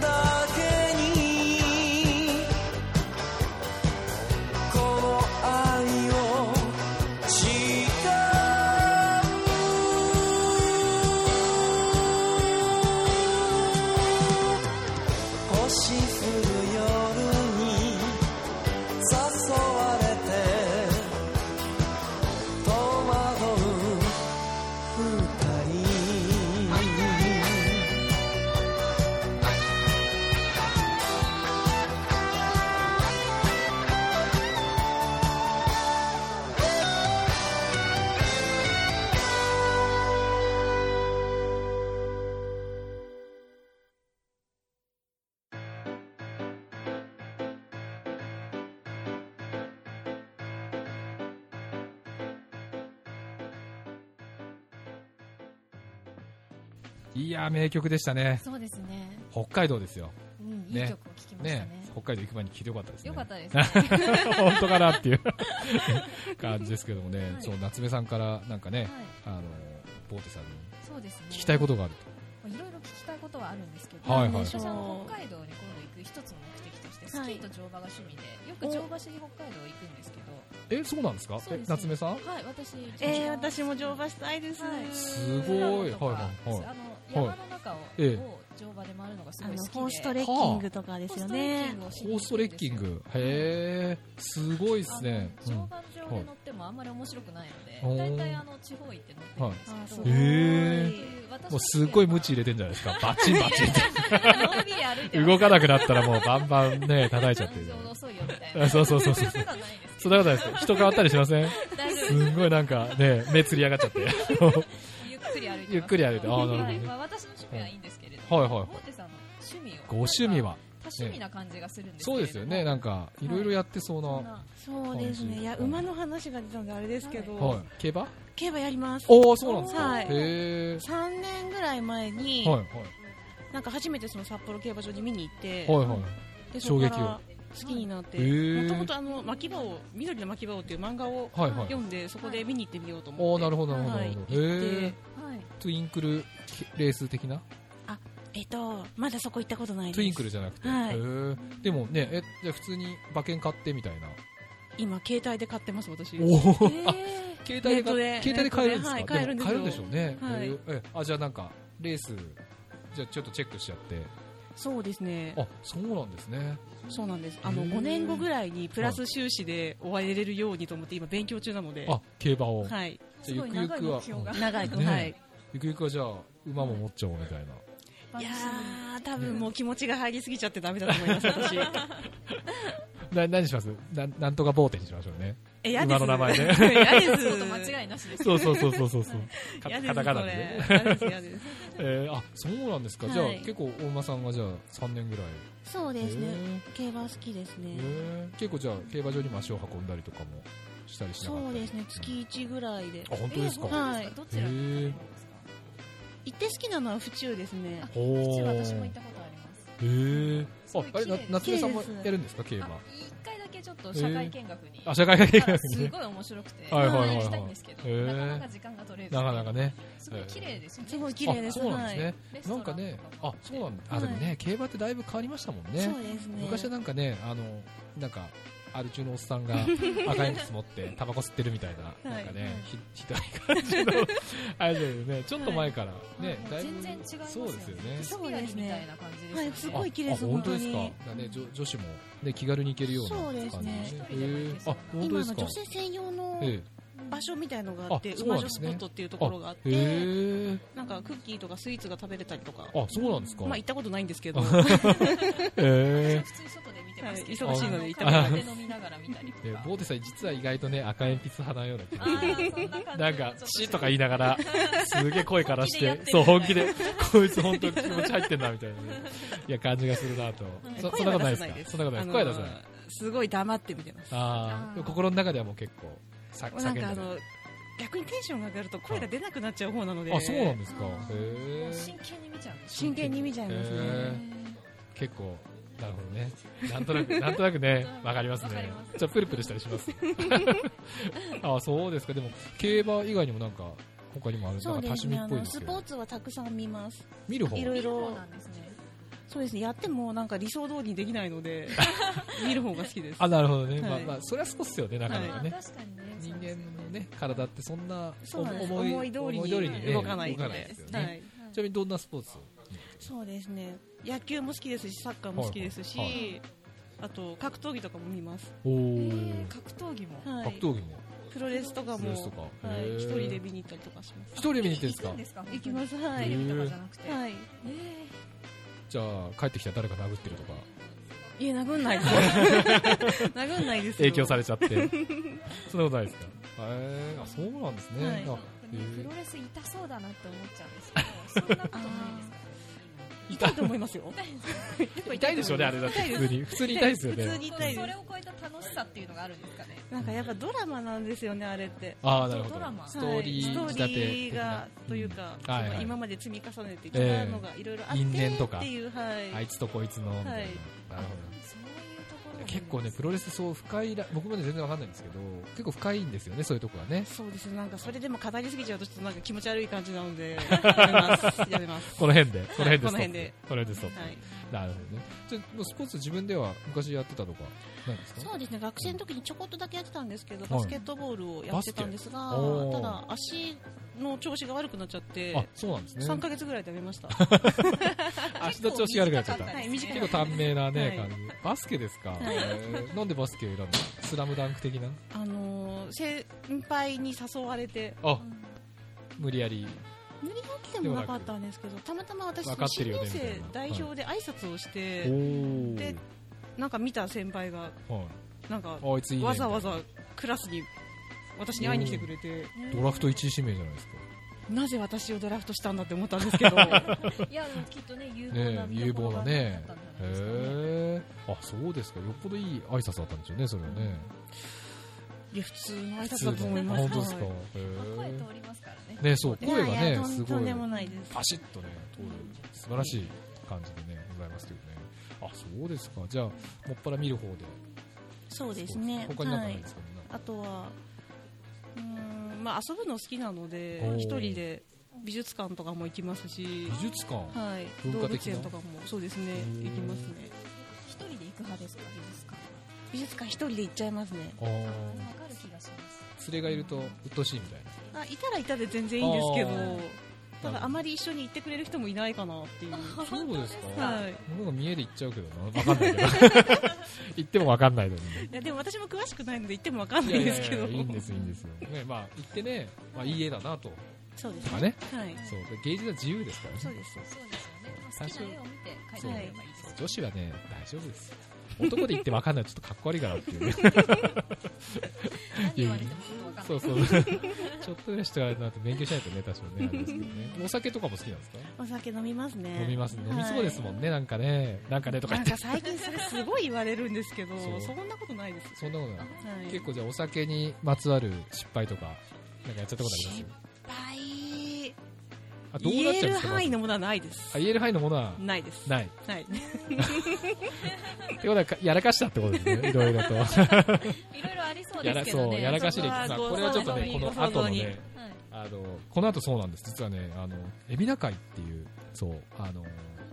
[SPEAKER 4] だけにこの愛を誓う星降る夜に誘われて戸惑う二人
[SPEAKER 1] いやー名曲でしたね
[SPEAKER 2] そうですね。
[SPEAKER 1] 北海道ですよ
[SPEAKER 2] うん、い
[SPEAKER 1] ね
[SPEAKER 2] い曲を聴きました
[SPEAKER 1] ね
[SPEAKER 2] ね。
[SPEAKER 1] 北海道行く前に聞いてよかったですね
[SPEAKER 2] よかったですね。
[SPEAKER 1] 本当かな っていう感じですけどもね、
[SPEAKER 2] はい
[SPEAKER 1] そう夏目さんからなんかね、
[SPEAKER 2] はい
[SPEAKER 1] あのボーテさんに
[SPEAKER 2] そうですね。
[SPEAKER 1] 聞きたいことがある
[SPEAKER 2] まあいろいろ聞きたいことはあるんですけど、
[SPEAKER 1] はいはい
[SPEAKER 2] 私は北海道に今度行く一つの目的として、スキーと乗馬が趣味で、よく乗馬しに北海道行くんですけど、
[SPEAKER 1] とえそうなんですか
[SPEAKER 2] そう
[SPEAKER 1] え
[SPEAKER 2] です
[SPEAKER 1] 夏目さん
[SPEAKER 2] はい、私、
[SPEAKER 3] えー、私も乗馬
[SPEAKER 2] し
[SPEAKER 3] したいです、
[SPEAKER 1] すごい
[SPEAKER 2] は
[SPEAKER 1] は
[SPEAKER 2] い
[SPEAKER 1] いはいはい
[SPEAKER 2] あの山の中を,、
[SPEAKER 1] ええ
[SPEAKER 2] 乗馬で回るのがす
[SPEAKER 3] あ
[SPEAKER 2] ごい
[SPEAKER 3] の
[SPEAKER 2] 好きで
[SPEAKER 3] ホーストレッキングとかですよね
[SPEAKER 2] ホーストレッキングを
[SPEAKER 1] ホーストレッキングへ
[SPEAKER 2] しに
[SPEAKER 1] えすごいですね
[SPEAKER 2] あ
[SPEAKER 1] うん
[SPEAKER 2] の乗馬場で乗ってもあんまり面白くない
[SPEAKER 1] は
[SPEAKER 2] の
[SPEAKER 1] い
[SPEAKER 2] で、大体あの地方行って乗ってるんですけ
[SPEAKER 1] へはい
[SPEAKER 2] ど、って
[SPEAKER 1] え
[SPEAKER 2] いう私
[SPEAKER 1] もうすっごい無知入
[SPEAKER 2] で
[SPEAKER 1] れてんじゃないです かバチンバチンっ
[SPEAKER 2] のんびり歩いて
[SPEAKER 1] て
[SPEAKER 2] ます
[SPEAKER 1] 動かなくなったらもうバンバンね叩いちゃって
[SPEAKER 2] 感情が遅いよみたい
[SPEAKER 1] る
[SPEAKER 2] な
[SPEAKER 1] そうそうそうそう
[SPEAKER 2] そういうことはないです
[SPEAKER 1] そんなことないですよ。人変わったりしません
[SPEAKER 2] 大丈夫
[SPEAKER 1] すんごいなんかね、目つり上がっちゃって。は
[SPEAKER 2] ゆっくり歩いてます
[SPEAKER 1] ゆっくり歩いてあーなるほど
[SPEAKER 2] はいまあ、私の趣味はいいんですけれども、
[SPEAKER 1] いはいはい。
[SPEAKER 2] 大手さんの趣味を
[SPEAKER 1] ご趣味は
[SPEAKER 2] 多趣味な感じがするんですけ
[SPEAKER 1] そう
[SPEAKER 2] れども
[SPEAKER 1] ですよね、なんか、いろいろやってそう
[SPEAKER 2] そん
[SPEAKER 1] な。
[SPEAKER 2] な
[SPEAKER 3] そうですねいや馬の話が出たんであれですけど、
[SPEAKER 1] はい。競馬
[SPEAKER 3] 競馬やります
[SPEAKER 1] おおそうなんですか。
[SPEAKER 3] はい
[SPEAKER 1] へえ。
[SPEAKER 3] 3年ぐらい前に、
[SPEAKER 1] はいは
[SPEAKER 3] なんか初めてその札幌競馬場に見に行って、
[SPEAKER 1] い。はいはい。
[SPEAKER 3] でそこか
[SPEAKER 1] 衝撃を
[SPEAKER 3] ら好きになって
[SPEAKER 1] へー
[SPEAKER 3] もともとあの巻き場を緑の巻き場をっていう漫画を
[SPEAKER 1] はいはい。
[SPEAKER 3] 読んでそこで見に行ってみようと
[SPEAKER 1] お
[SPEAKER 3] 思
[SPEAKER 1] お
[SPEAKER 3] って
[SPEAKER 1] なるほどなるほどなるほど。へ
[SPEAKER 3] はい行
[SPEAKER 1] え
[SPEAKER 3] って。
[SPEAKER 2] はい
[SPEAKER 1] トゥインクルレース的な
[SPEAKER 3] えっとまだそこ行ったことないです
[SPEAKER 1] トゥインクルじゃなくて。
[SPEAKER 3] はい
[SPEAKER 1] へえ。でもね、え、じゃあ普通に馬券買ってみたいな。
[SPEAKER 3] 今携帯で買ってます私
[SPEAKER 1] おお
[SPEAKER 2] え
[SPEAKER 1] 携帯で
[SPEAKER 3] ネットで
[SPEAKER 1] 携帯で買えるんですか、
[SPEAKER 3] ネットではい買えるん
[SPEAKER 1] も
[SPEAKER 3] ですよ
[SPEAKER 1] 買えるんでしょうね、
[SPEAKER 3] はい
[SPEAKER 1] へーえあじゃあなんかレースじゃあちょっとチェックしちゃって
[SPEAKER 3] そうですね
[SPEAKER 1] あそうなんですね
[SPEAKER 3] そうなんですあの
[SPEAKER 1] へー
[SPEAKER 3] 5年後ぐらいにプラス収支で終われれるようにと思って今勉強中なので
[SPEAKER 1] あ競馬を、
[SPEAKER 3] はい
[SPEAKER 2] すごい
[SPEAKER 1] じゃあゆ
[SPEAKER 2] 長
[SPEAKER 1] く
[SPEAKER 2] い
[SPEAKER 1] ゆくは
[SPEAKER 2] 目標が
[SPEAKER 3] 長い
[SPEAKER 1] ね
[SPEAKER 3] くはい
[SPEAKER 1] ゆくゆくはじゃあ馬も持っちゃおうみたいな、
[SPEAKER 3] いや
[SPEAKER 2] ー
[SPEAKER 3] ー多分もう気持ちが入りすぎちゃってダメだと思いま す私
[SPEAKER 1] な何しますななんとかボーテにしましょうね
[SPEAKER 3] え嫌です
[SPEAKER 1] 馬の名前 ね
[SPEAKER 3] 嫌です
[SPEAKER 2] そうと間違いなしです
[SPEAKER 1] そうそうそうそうそうそうか
[SPEAKER 3] 嫌で
[SPEAKER 1] カ
[SPEAKER 3] す
[SPEAKER 1] タカナ
[SPEAKER 3] そ
[SPEAKER 1] で
[SPEAKER 3] れ
[SPEAKER 1] ね、
[SPEAKER 3] 嫌です嫌です
[SPEAKER 1] えー、あそうなんですか、
[SPEAKER 3] はい
[SPEAKER 1] じゃあ結構大馬さんがじゃあ3年ぐらい
[SPEAKER 3] そう
[SPEAKER 1] へ
[SPEAKER 3] ですね
[SPEAKER 1] ー
[SPEAKER 3] 競馬好きですね
[SPEAKER 1] へー結構じゃあ競馬場にも足を運んだりとかもしたりしなかった
[SPEAKER 3] そう
[SPEAKER 1] り
[SPEAKER 3] ですね月1ぐらいで
[SPEAKER 1] あ本当ですか、
[SPEAKER 2] えー本当で
[SPEAKER 3] はい
[SPEAKER 2] どちらに行ったんですか
[SPEAKER 3] 行って好きなのは府中ですね
[SPEAKER 2] あ
[SPEAKER 1] おー
[SPEAKER 2] 実は私も行ったことあります
[SPEAKER 1] へえ
[SPEAKER 2] す
[SPEAKER 1] あ
[SPEAKER 2] ごい
[SPEAKER 1] あれ
[SPEAKER 2] 綺麗
[SPEAKER 1] な
[SPEAKER 2] です
[SPEAKER 1] 夏目さんも
[SPEAKER 3] 綺麗です
[SPEAKER 1] やるんですか競馬
[SPEAKER 2] あ一回だけちょっと社会見学に
[SPEAKER 1] あ、社会科見学
[SPEAKER 2] す
[SPEAKER 1] ね。
[SPEAKER 2] ごい面白くて、
[SPEAKER 1] はい
[SPEAKER 3] はいはいはい
[SPEAKER 2] 行きたいんですけど、
[SPEAKER 1] へー
[SPEAKER 2] なかなか時間が取れず、
[SPEAKER 1] なかなかね。
[SPEAKER 2] すごい綺麗ですよね。
[SPEAKER 3] すごい綺麗です
[SPEAKER 1] あ、そうなんですね。
[SPEAKER 2] レス
[SPEAKER 1] な
[SPEAKER 2] トラ
[SPEAKER 1] ん
[SPEAKER 2] ンと
[SPEAKER 1] か
[SPEAKER 2] も
[SPEAKER 1] ね、あ、そうなんだ。
[SPEAKER 3] は
[SPEAKER 1] あ、
[SPEAKER 3] い
[SPEAKER 1] でもね、競馬ってだいぶ変わりましたもん
[SPEAKER 3] そ
[SPEAKER 1] ね
[SPEAKER 3] う。ですね
[SPEAKER 1] 昔はなんかね、あの、なんか、アル中のおっさんが赤い鉛筆持ってタバコ吸ってるみたいな、
[SPEAKER 3] は
[SPEAKER 1] ないんかね、ひひどい感じの、あれだよね、ちょっと前から、ね、だいぶ
[SPEAKER 2] 全然違いますよね。
[SPEAKER 1] そうですよね。
[SPEAKER 2] そうですね。みたいな感じですよ
[SPEAKER 3] は
[SPEAKER 2] ね。
[SPEAKER 3] いすごい綺麗です
[SPEAKER 1] ああ本当ですか。だ
[SPEAKER 3] 本
[SPEAKER 1] ね、女女子もね気軽に行けるような
[SPEAKER 3] そう
[SPEAKER 1] 感じ
[SPEAKER 3] ですね
[SPEAKER 1] ね
[SPEAKER 2] 一人でも行けそう
[SPEAKER 1] あ、本当
[SPEAKER 3] 今
[SPEAKER 1] で
[SPEAKER 3] あ
[SPEAKER 1] す
[SPEAKER 3] の
[SPEAKER 1] か
[SPEAKER 3] 女。性専用の
[SPEAKER 1] え
[SPEAKER 3] 場所みたいのがあって
[SPEAKER 1] あそう
[SPEAKER 3] 馬
[SPEAKER 1] なん
[SPEAKER 3] 女
[SPEAKER 1] で
[SPEAKER 3] ス
[SPEAKER 1] す
[SPEAKER 3] ポ
[SPEAKER 1] ね
[SPEAKER 3] ットっていうところがあっ
[SPEAKER 1] え。へ
[SPEAKER 3] て
[SPEAKER 1] え。
[SPEAKER 3] なんかクッキーとかスイーツが食べれたりとか
[SPEAKER 1] あ、そうなんですか。
[SPEAKER 3] まあ行ったことないんです けど
[SPEAKER 1] ええ。
[SPEAKER 2] 普通に外で見てますけど、
[SPEAKER 1] はい忙しいの
[SPEAKER 3] で行った
[SPEAKER 1] ことない
[SPEAKER 2] あのカフェで飲みながら見たりと
[SPEAKER 1] で
[SPEAKER 2] か。
[SPEAKER 1] ボーテさん実は意外とね赤鉛筆派なような気
[SPEAKER 2] あ
[SPEAKER 1] がする
[SPEAKER 2] ーそんな感 じ
[SPEAKER 1] なんか「シー」とか言い
[SPEAKER 2] な。
[SPEAKER 1] ながらすげえ声からし
[SPEAKER 2] 本気でやっててる
[SPEAKER 1] そう本気でこいつ本当に気持ち入ってんなみたいなねいや感じがするなと
[SPEAKER 2] うん
[SPEAKER 1] そそんな
[SPEAKER 3] 声
[SPEAKER 1] こ
[SPEAKER 3] は
[SPEAKER 1] とない
[SPEAKER 3] 出
[SPEAKER 1] で
[SPEAKER 3] さ
[SPEAKER 1] すかそ
[SPEAKER 3] ないです
[SPEAKER 1] んなことない
[SPEAKER 3] あの
[SPEAKER 1] 声は出さない
[SPEAKER 3] すごい黙って見てます
[SPEAKER 1] あ
[SPEAKER 2] あ
[SPEAKER 1] あ
[SPEAKER 2] ー
[SPEAKER 1] でも心の中ではもう結構さ
[SPEAKER 3] な
[SPEAKER 1] 叫ん
[SPEAKER 3] ん
[SPEAKER 1] でる
[SPEAKER 3] かあの逆にテンションが上がると声が出なくなっちゃう方なので
[SPEAKER 1] あそうなんですかへ
[SPEAKER 2] あーもう真
[SPEAKER 1] え
[SPEAKER 2] 剣に見ちゃうんです
[SPEAKER 3] 真剣に見ちゃいます
[SPEAKER 1] へ
[SPEAKER 3] ね
[SPEAKER 1] 結構なるほどねなんとなく なんとなくねわかります
[SPEAKER 2] わかり
[SPEAKER 1] ね
[SPEAKER 2] ます
[SPEAKER 1] ちょっとプルプルしたりします あそうですかでも競馬以外にもなんか他にもあるなんか
[SPEAKER 3] そう
[SPEAKER 1] 多
[SPEAKER 3] で
[SPEAKER 1] 趣
[SPEAKER 3] す
[SPEAKER 1] 味
[SPEAKER 3] ね
[SPEAKER 1] っ
[SPEAKER 3] あ
[SPEAKER 1] ぽい
[SPEAKER 3] の
[SPEAKER 1] です
[SPEAKER 3] ス
[SPEAKER 1] け
[SPEAKER 3] ポ
[SPEAKER 1] ど
[SPEAKER 3] ーツはたくさん見ます
[SPEAKER 1] 見る方
[SPEAKER 3] いろい
[SPEAKER 2] そう
[SPEAKER 3] ろ
[SPEAKER 2] なんですね。
[SPEAKER 3] そうですねやってもなんか理想通りにできない ので見る方が好きです
[SPEAKER 1] あなるほどね、
[SPEAKER 3] はい
[SPEAKER 1] まあまあそれはそうっすよねなかな
[SPEAKER 2] ま
[SPEAKER 1] か
[SPEAKER 2] あ
[SPEAKER 1] ね、
[SPEAKER 2] 確かにね。
[SPEAKER 1] 人間のね体ってそんな
[SPEAKER 3] そうなんです
[SPEAKER 1] お
[SPEAKER 3] 思い通り
[SPEAKER 1] 思
[SPEAKER 3] に
[SPEAKER 1] ね
[SPEAKER 3] 動かない
[SPEAKER 1] 動か
[SPEAKER 3] の
[SPEAKER 1] ない
[SPEAKER 3] で
[SPEAKER 1] ですよ
[SPEAKER 3] は
[SPEAKER 1] ね、
[SPEAKER 3] い
[SPEAKER 1] ちなみにどんなスポーツ
[SPEAKER 3] そうですね野球も好きですしサッカーも好きですし、
[SPEAKER 1] はいは
[SPEAKER 3] あと格闘技とかも見ます、
[SPEAKER 1] お
[SPEAKER 2] え
[SPEAKER 1] お、
[SPEAKER 2] ー格闘技も。
[SPEAKER 3] はい、
[SPEAKER 1] 格闘技も
[SPEAKER 3] プロレスとか
[SPEAKER 1] プロ
[SPEAKER 3] も
[SPEAKER 1] レスとか
[SPEAKER 3] は
[SPEAKER 1] へー
[SPEAKER 3] い、一人で見に行ったりとかしま
[SPEAKER 1] 一人見に行ってんです
[SPEAKER 2] 行
[SPEAKER 1] か
[SPEAKER 2] くんですか。
[SPEAKER 3] す行きますすは
[SPEAKER 2] テレ
[SPEAKER 3] い、
[SPEAKER 2] ビとかじゃなくて。
[SPEAKER 3] はい、
[SPEAKER 2] え
[SPEAKER 1] じゃあ帰ってきたら誰か殴ってるとか
[SPEAKER 3] いや殴んないです 殴んないですよ
[SPEAKER 1] 影響されちゃって そんなことないですかへえあそうなんですね、
[SPEAKER 3] は
[SPEAKER 1] あ
[SPEAKER 3] い
[SPEAKER 2] ーなんか
[SPEAKER 1] へ
[SPEAKER 2] ね
[SPEAKER 1] ー
[SPEAKER 2] プロレス痛そうだなって思っちゃうんですけど、そんなことないですかね。
[SPEAKER 3] 痛いと思いますよ
[SPEAKER 1] 痛いでしょうねあれだって普通に普通に痛いですよ
[SPEAKER 3] 普通
[SPEAKER 1] ね
[SPEAKER 3] に痛い
[SPEAKER 2] そ
[SPEAKER 3] で
[SPEAKER 2] れ
[SPEAKER 3] す
[SPEAKER 2] を超えた楽しさっていうのがあるんですかね。
[SPEAKER 3] なんかやっぱドラマなんですよねあれって
[SPEAKER 1] ああなるほど
[SPEAKER 2] ドラマ
[SPEAKER 1] ストーリー仕
[SPEAKER 3] はい
[SPEAKER 1] 立
[SPEAKER 3] ス
[SPEAKER 1] て
[SPEAKER 3] トーリーが
[SPEAKER 1] 的な
[SPEAKER 3] というか、
[SPEAKER 1] うんはいはい
[SPEAKER 3] その今まで積み重ねてきたのがいろいろあって
[SPEAKER 1] 因縁とか
[SPEAKER 3] っていう、はい
[SPEAKER 1] あいつとこいつのみたいな、
[SPEAKER 3] はい
[SPEAKER 1] なるほど
[SPEAKER 2] そういうところも
[SPEAKER 1] 結構ねプロレスそう深いら僕まで全然わかんないんですけど結構深いんですよねそういうとこはね
[SPEAKER 3] そうですねなんかそれでも語りすぎちゃうとちょっとなんか気持ち悪い感じな のでやめますやめます
[SPEAKER 1] この辺でこの辺でストップ
[SPEAKER 3] この辺で
[SPEAKER 1] この辺でストッ
[SPEAKER 3] はい、
[SPEAKER 1] プなるほどねじゃあもうスポーツ自分では昔やってたとかないんですか
[SPEAKER 3] そうですね学生の時にちょこっとだけやってたんですけど、
[SPEAKER 1] い
[SPEAKER 3] バスケットボールをやってたんですが
[SPEAKER 1] バスケおー
[SPEAKER 3] ただ足の調子が悪くなっちゃって
[SPEAKER 1] あそうなんですね
[SPEAKER 3] 3ヶ月ぐらいでやめました
[SPEAKER 1] 足の調子悪くなっちゃった
[SPEAKER 2] 結構
[SPEAKER 3] はい短
[SPEAKER 1] 結
[SPEAKER 3] い
[SPEAKER 1] 構短命なね、
[SPEAKER 3] はい
[SPEAKER 1] 感じバスケですか、えーなんでバスケ選んだのスラムダンク的な
[SPEAKER 3] あのー先輩に誘われて
[SPEAKER 1] あ無理やり
[SPEAKER 3] 無理やってもなかったんですけどたまたま私
[SPEAKER 1] わかってる
[SPEAKER 3] 新
[SPEAKER 1] よね
[SPEAKER 3] 入
[SPEAKER 1] みたい
[SPEAKER 3] 生
[SPEAKER 1] な
[SPEAKER 3] 代表で挨拶をし
[SPEAKER 1] お
[SPEAKER 3] て、
[SPEAKER 1] ー
[SPEAKER 3] でなんか見た先輩が
[SPEAKER 1] はい
[SPEAKER 3] なんか
[SPEAKER 1] あいついいね
[SPEAKER 3] わざわざクラスに私に会いに来てくれて、
[SPEAKER 1] ドラフト1位指名じゃないですか
[SPEAKER 3] なぜ私をドラフトしたんだって思ったんです け
[SPEAKER 5] い
[SPEAKER 3] ど
[SPEAKER 5] やでもきっとね有望
[SPEAKER 1] ね
[SPEAKER 5] な
[SPEAKER 1] 有望なね
[SPEAKER 5] だったんじゃないですかね
[SPEAKER 1] へえあそうですかよっぽどいい挨拶だったんでしょうねそれはね
[SPEAKER 3] いや普通の
[SPEAKER 1] 普
[SPEAKER 3] 挨拶
[SPEAKER 1] 通の
[SPEAKER 3] だと思います
[SPEAKER 1] 本当ですか
[SPEAKER 3] は
[SPEAKER 1] へ
[SPEAKER 3] い
[SPEAKER 5] 声
[SPEAKER 1] え
[SPEAKER 5] 通りますからね
[SPEAKER 1] ねそう
[SPEAKER 3] いや
[SPEAKER 1] 声が
[SPEAKER 3] いや
[SPEAKER 1] ね
[SPEAKER 3] とん
[SPEAKER 1] すご
[SPEAKER 3] とん
[SPEAKER 1] い
[SPEAKER 3] でもないです
[SPEAKER 1] パシッとね通る素晴らしい感じでねございますけどねあそうですかじゃあもっぱら見る方で
[SPEAKER 3] そうですね
[SPEAKER 1] 他になんか
[SPEAKER 3] は
[SPEAKER 1] ない
[SPEAKER 3] い
[SPEAKER 1] ですかねなんか
[SPEAKER 3] あとはうーんまあ遊ぶの好きなので
[SPEAKER 1] おー
[SPEAKER 3] 一人で美術館とかも行きますし
[SPEAKER 1] 美術館
[SPEAKER 3] はい
[SPEAKER 1] 文
[SPEAKER 3] 動
[SPEAKER 1] 化的な
[SPEAKER 3] 物園とかもそうですね
[SPEAKER 1] ー
[SPEAKER 3] 行きますね
[SPEAKER 5] 一人で行く派ですか美術館
[SPEAKER 3] 美術館一人で行っちゃいますね
[SPEAKER 1] ああ
[SPEAKER 5] はわかる気がします
[SPEAKER 1] 連れがいると鬱陶しいみたいな
[SPEAKER 3] あいたらいたで全然いいんですけど
[SPEAKER 1] あー
[SPEAKER 3] ただあまり一緒に行ってくれる人もいないかな っていう
[SPEAKER 1] そうですか
[SPEAKER 3] はい
[SPEAKER 1] 僕は見えで行っちゃうけどな分かんないけ ど行っても分かんないのにね
[SPEAKER 3] いやでも私も詳しくないので行ってもわかん
[SPEAKER 1] い
[SPEAKER 3] な
[SPEAKER 1] や
[SPEAKER 3] い
[SPEAKER 1] い
[SPEAKER 3] で
[SPEAKER 1] や
[SPEAKER 3] す
[SPEAKER 1] い
[SPEAKER 3] けど
[SPEAKER 1] やいいんですいいんですよ、ねまあ、行ってね、まあ、いい絵だなと
[SPEAKER 3] そうです
[SPEAKER 1] とかね
[SPEAKER 3] はい
[SPEAKER 1] そうで芸術は自由ですからね
[SPEAKER 3] そうです
[SPEAKER 5] そうですよねまあ
[SPEAKER 1] 多
[SPEAKER 5] 好
[SPEAKER 1] 少
[SPEAKER 5] きな絵を見て描いて
[SPEAKER 1] そう
[SPEAKER 5] みればいいです
[SPEAKER 1] そう
[SPEAKER 5] よ
[SPEAKER 1] 女子はね大丈夫ですよ男で行って分かんないちょっとかっこ悪いかなっていうね
[SPEAKER 5] 何言われてもちょっとわかんな
[SPEAKER 1] そうそうちょっとぐらいしてからなと勉強しないとね多少ねあれですけどねお酒とかも好きなんですか
[SPEAKER 3] お酒飲みますね
[SPEAKER 1] 飲みますね飲みそうですもんねなんかねなんかねとか
[SPEAKER 3] な
[SPEAKER 1] 言
[SPEAKER 3] ん
[SPEAKER 1] って
[SPEAKER 3] か最近それすごい言われるんですけど
[SPEAKER 1] そう
[SPEAKER 3] そんなことないです
[SPEAKER 1] そんなことない
[SPEAKER 3] はい
[SPEAKER 1] 結構じゃあお酒にまつわる失敗とかなんかやっちゃったことあります
[SPEAKER 3] いっ
[SPEAKER 1] あ
[SPEAKER 3] ぱい
[SPEAKER 1] どうなっちゃう
[SPEAKER 3] 言え
[SPEAKER 1] ん
[SPEAKER 3] る
[SPEAKER 1] ですかまず
[SPEAKER 3] 範囲のものはないです
[SPEAKER 1] あ言える範囲のものは
[SPEAKER 3] ないです
[SPEAKER 1] ない
[SPEAKER 3] はい
[SPEAKER 1] ってことはかやらかしたってことですねいろいろと
[SPEAKER 5] いいろいろありそう
[SPEAKER 1] や
[SPEAKER 5] です
[SPEAKER 1] ら
[SPEAKER 5] けど
[SPEAKER 1] そう
[SPEAKER 5] ね
[SPEAKER 1] やらかし歴さ
[SPEAKER 3] そこは
[SPEAKER 1] これはちょっとね
[SPEAKER 3] ご
[SPEAKER 1] この
[SPEAKER 3] 想像
[SPEAKER 1] 後の
[SPEAKER 3] に
[SPEAKER 1] ね
[SPEAKER 5] はい
[SPEAKER 1] あのこの後そうなんです実はねあの海老名会っていうそうあの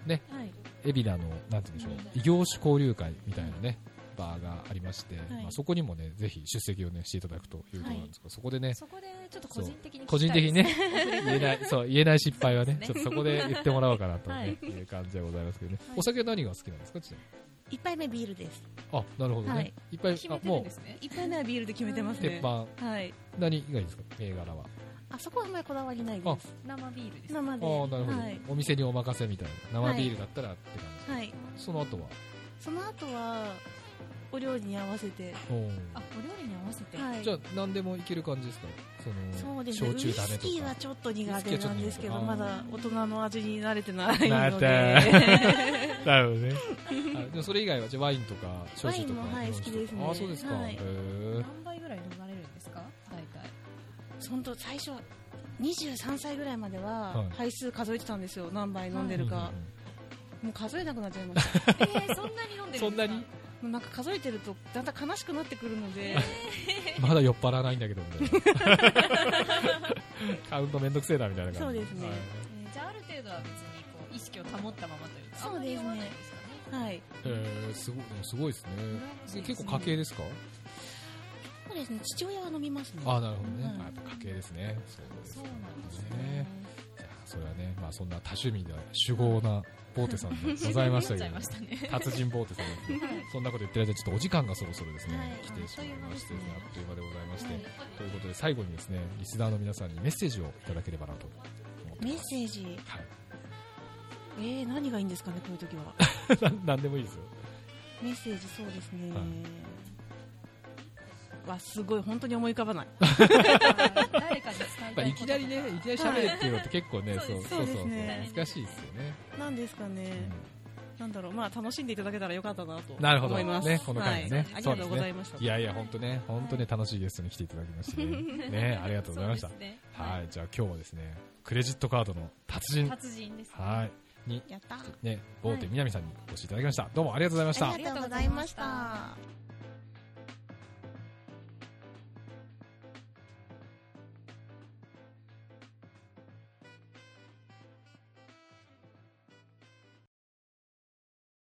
[SPEAKER 1] ね
[SPEAKER 5] はい
[SPEAKER 1] 海老名のなんて言うんでしょう異業種交流会みたいなねバーがありまして、まあ、そこにもねぜひ出席をねしていただくということなんですが、そこでね
[SPEAKER 5] そこでちょっと個人的に聞きたい
[SPEAKER 1] 個 人的にね言え ないそう言えない失敗はね
[SPEAKER 5] そうですね
[SPEAKER 1] ちょっとそこで言ってもらおうかなと、ね、
[SPEAKER 5] はいいう
[SPEAKER 1] 感じでございますけどね、
[SPEAKER 5] はい
[SPEAKER 1] お酒何が好きなんですかちな
[SPEAKER 3] 一杯目ビールです
[SPEAKER 1] みにあなるほどね、
[SPEAKER 3] はいい、
[SPEAKER 1] っぱい
[SPEAKER 5] 決
[SPEAKER 1] あ
[SPEAKER 5] めてる
[SPEAKER 1] も
[SPEAKER 5] ん
[SPEAKER 1] う
[SPEAKER 5] ですね
[SPEAKER 3] 一杯目はビールで決めてます
[SPEAKER 1] 鉄
[SPEAKER 3] ね
[SPEAKER 1] 板
[SPEAKER 3] はい
[SPEAKER 1] 何がいいですか銘柄は
[SPEAKER 3] あそこはあんまりこだわりないです
[SPEAKER 5] 生ビールです
[SPEAKER 3] 生
[SPEAKER 1] ああ
[SPEAKER 3] で
[SPEAKER 1] ーなるほど、
[SPEAKER 3] はい
[SPEAKER 1] お店にお任せみたいな生
[SPEAKER 3] はい
[SPEAKER 1] ビールだったらって感じ、
[SPEAKER 3] はい
[SPEAKER 1] その後は
[SPEAKER 3] その後はお料理に合わせて
[SPEAKER 1] おー
[SPEAKER 5] あお料理に合わせて
[SPEAKER 3] は
[SPEAKER 1] じゃあ
[SPEAKER 3] い
[SPEAKER 1] 何でもいける感じですかその
[SPEAKER 3] そうですね
[SPEAKER 1] 焼
[SPEAKER 3] ウイ
[SPEAKER 1] 酎ダメ
[SPEAKER 3] ス
[SPEAKER 1] と
[SPEAKER 3] キーは
[SPEAKER 1] か
[SPEAKER 3] ちょっと苦
[SPEAKER 1] ウイスキ
[SPEAKER 3] 手
[SPEAKER 1] ーは
[SPEAKER 3] な
[SPEAKER 1] ちょっと苦手
[SPEAKER 3] んですけ
[SPEAKER 1] あ
[SPEAKER 3] ど
[SPEAKER 1] ー
[SPEAKER 3] まだ大人の味に慣れてない
[SPEAKER 1] 慣
[SPEAKER 3] の
[SPEAKER 1] れ
[SPEAKER 3] で
[SPEAKER 1] なるほどねでもそれ以外はじゃあワインとか焼酎とか
[SPEAKER 3] ワインもはい
[SPEAKER 1] 日本酒とか
[SPEAKER 3] 好きですね
[SPEAKER 1] ああそうですか、
[SPEAKER 3] はい
[SPEAKER 1] へえ
[SPEAKER 5] 何杯ぐらい飲まれるんですか大体
[SPEAKER 3] 本当最初23歳ぐらいまでは
[SPEAKER 1] はい
[SPEAKER 3] 杯数数えてたんですよ何杯飲んでるかもう数えなくなっちゃいました
[SPEAKER 5] えー、そんなに飲んでるんですか
[SPEAKER 1] そんなに
[SPEAKER 3] もうなんか数えてるとだんだん悲しくなってくるので、
[SPEAKER 1] まだ酔っ払わないんだけどみたいな カウントめんどくせえなみたいな感じ
[SPEAKER 3] そうですね
[SPEAKER 1] はい
[SPEAKER 5] えーじゃあある程度は別にこう意識を保ったままというか
[SPEAKER 3] そ
[SPEAKER 5] あん
[SPEAKER 3] うですね
[SPEAKER 5] まり酔わないですかね
[SPEAKER 3] はい、
[SPEAKER 1] えー、すごいでもすごいですね
[SPEAKER 5] ましい
[SPEAKER 1] で
[SPEAKER 5] ですね
[SPEAKER 1] 結構家系ですか
[SPEAKER 3] そうですね父親は飲みますね
[SPEAKER 1] ああなるほどね、
[SPEAKER 3] はい
[SPEAKER 1] あやっぱ家系ですねそうです
[SPEAKER 5] そう
[SPEAKER 1] ね
[SPEAKER 5] なんですね
[SPEAKER 1] いやそれはね、まあ、そんな多趣味で主豪なボーテさんでございましたけ
[SPEAKER 5] 飲んじゃい
[SPEAKER 1] ど
[SPEAKER 5] ました ね
[SPEAKER 1] 達人ボーテさんですけどそんなこと言ってる間にちょっとお時間がそろそろですね、
[SPEAKER 3] はい
[SPEAKER 1] 来てしまいまして、
[SPEAKER 3] あっという間ですね
[SPEAKER 1] あっという間でございまして、
[SPEAKER 5] はい
[SPEAKER 1] ということで最後にですねリスナーの皆さんにメッセージをいただければなと思って
[SPEAKER 3] メ
[SPEAKER 1] い
[SPEAKER 3] ッ
[SPEAKER 1] ます
[SPEAKER 3] セージ
[SPEAKER 1] はい
[SPEAKER 3] えー、何がいいんですかねこうい う時
[SPEAKER 1] な
[SPEAKER 3] は
[SPEAKER 1] んなんでもいいですよ
[SPEAKER 3] メッセージそうですね、
[SPEAKER 1] は
[SPEAKER 3] わすごい本当に思い浮か ばない
[SPEAKER 5] 誰かに伝え
[SPEAKER 1] ま
[SPEAKER 5] た
[SPEAKER 1] あ、
[SPEAKER 5] い
[SPEAKER 1] いきなりね、いきなり喋れっていうのって結構
[SPEAKER 5] は
[SPEAKER 1] ね、
[SPEAKER 5] い
[SPEAKER 1] そう
[SPEAKER 5] そうです
[SPEAKER 1] そうそう
[SPEAKER 3] そうですね
[SPEAKER 1] 難しいですよね。
[SPEAKER 3] なんですかね、なんだろうまあ楽しんでいただけたらよかったなと
[SPEAKER 1] うんなるほど。
[SPEAKER 3] 思います
[SPEAKER 1] ね、この回
[SPEAKER 3] は
[SPEAKER 1] ね
[SPEAKER 3] い。あり
[SPEAKER 1] そうです
[SPEAKER 3] がとう
[SPEAKER 1] ね
[SPEAKER 3] ございました
[SPEAKER 1] いやいや、本当ね、本当ね、楽しいゲストに来ていただきま してね。ね、ありがとうございました
[SPEAKER 5] そう。ですねは
[SPEAKER 1] はいい、じゃあ今日はですね、クレジットカードの達人、
[SPEAKER 5] 達人です
[SPEAKER 1] はい、に、
[SPEAKER 3] やった
[SPEAKER 1] ね、大手南さんにお越しいただきました。どうもありがとうございました
[SPEAKER 3] あ。りがとうございました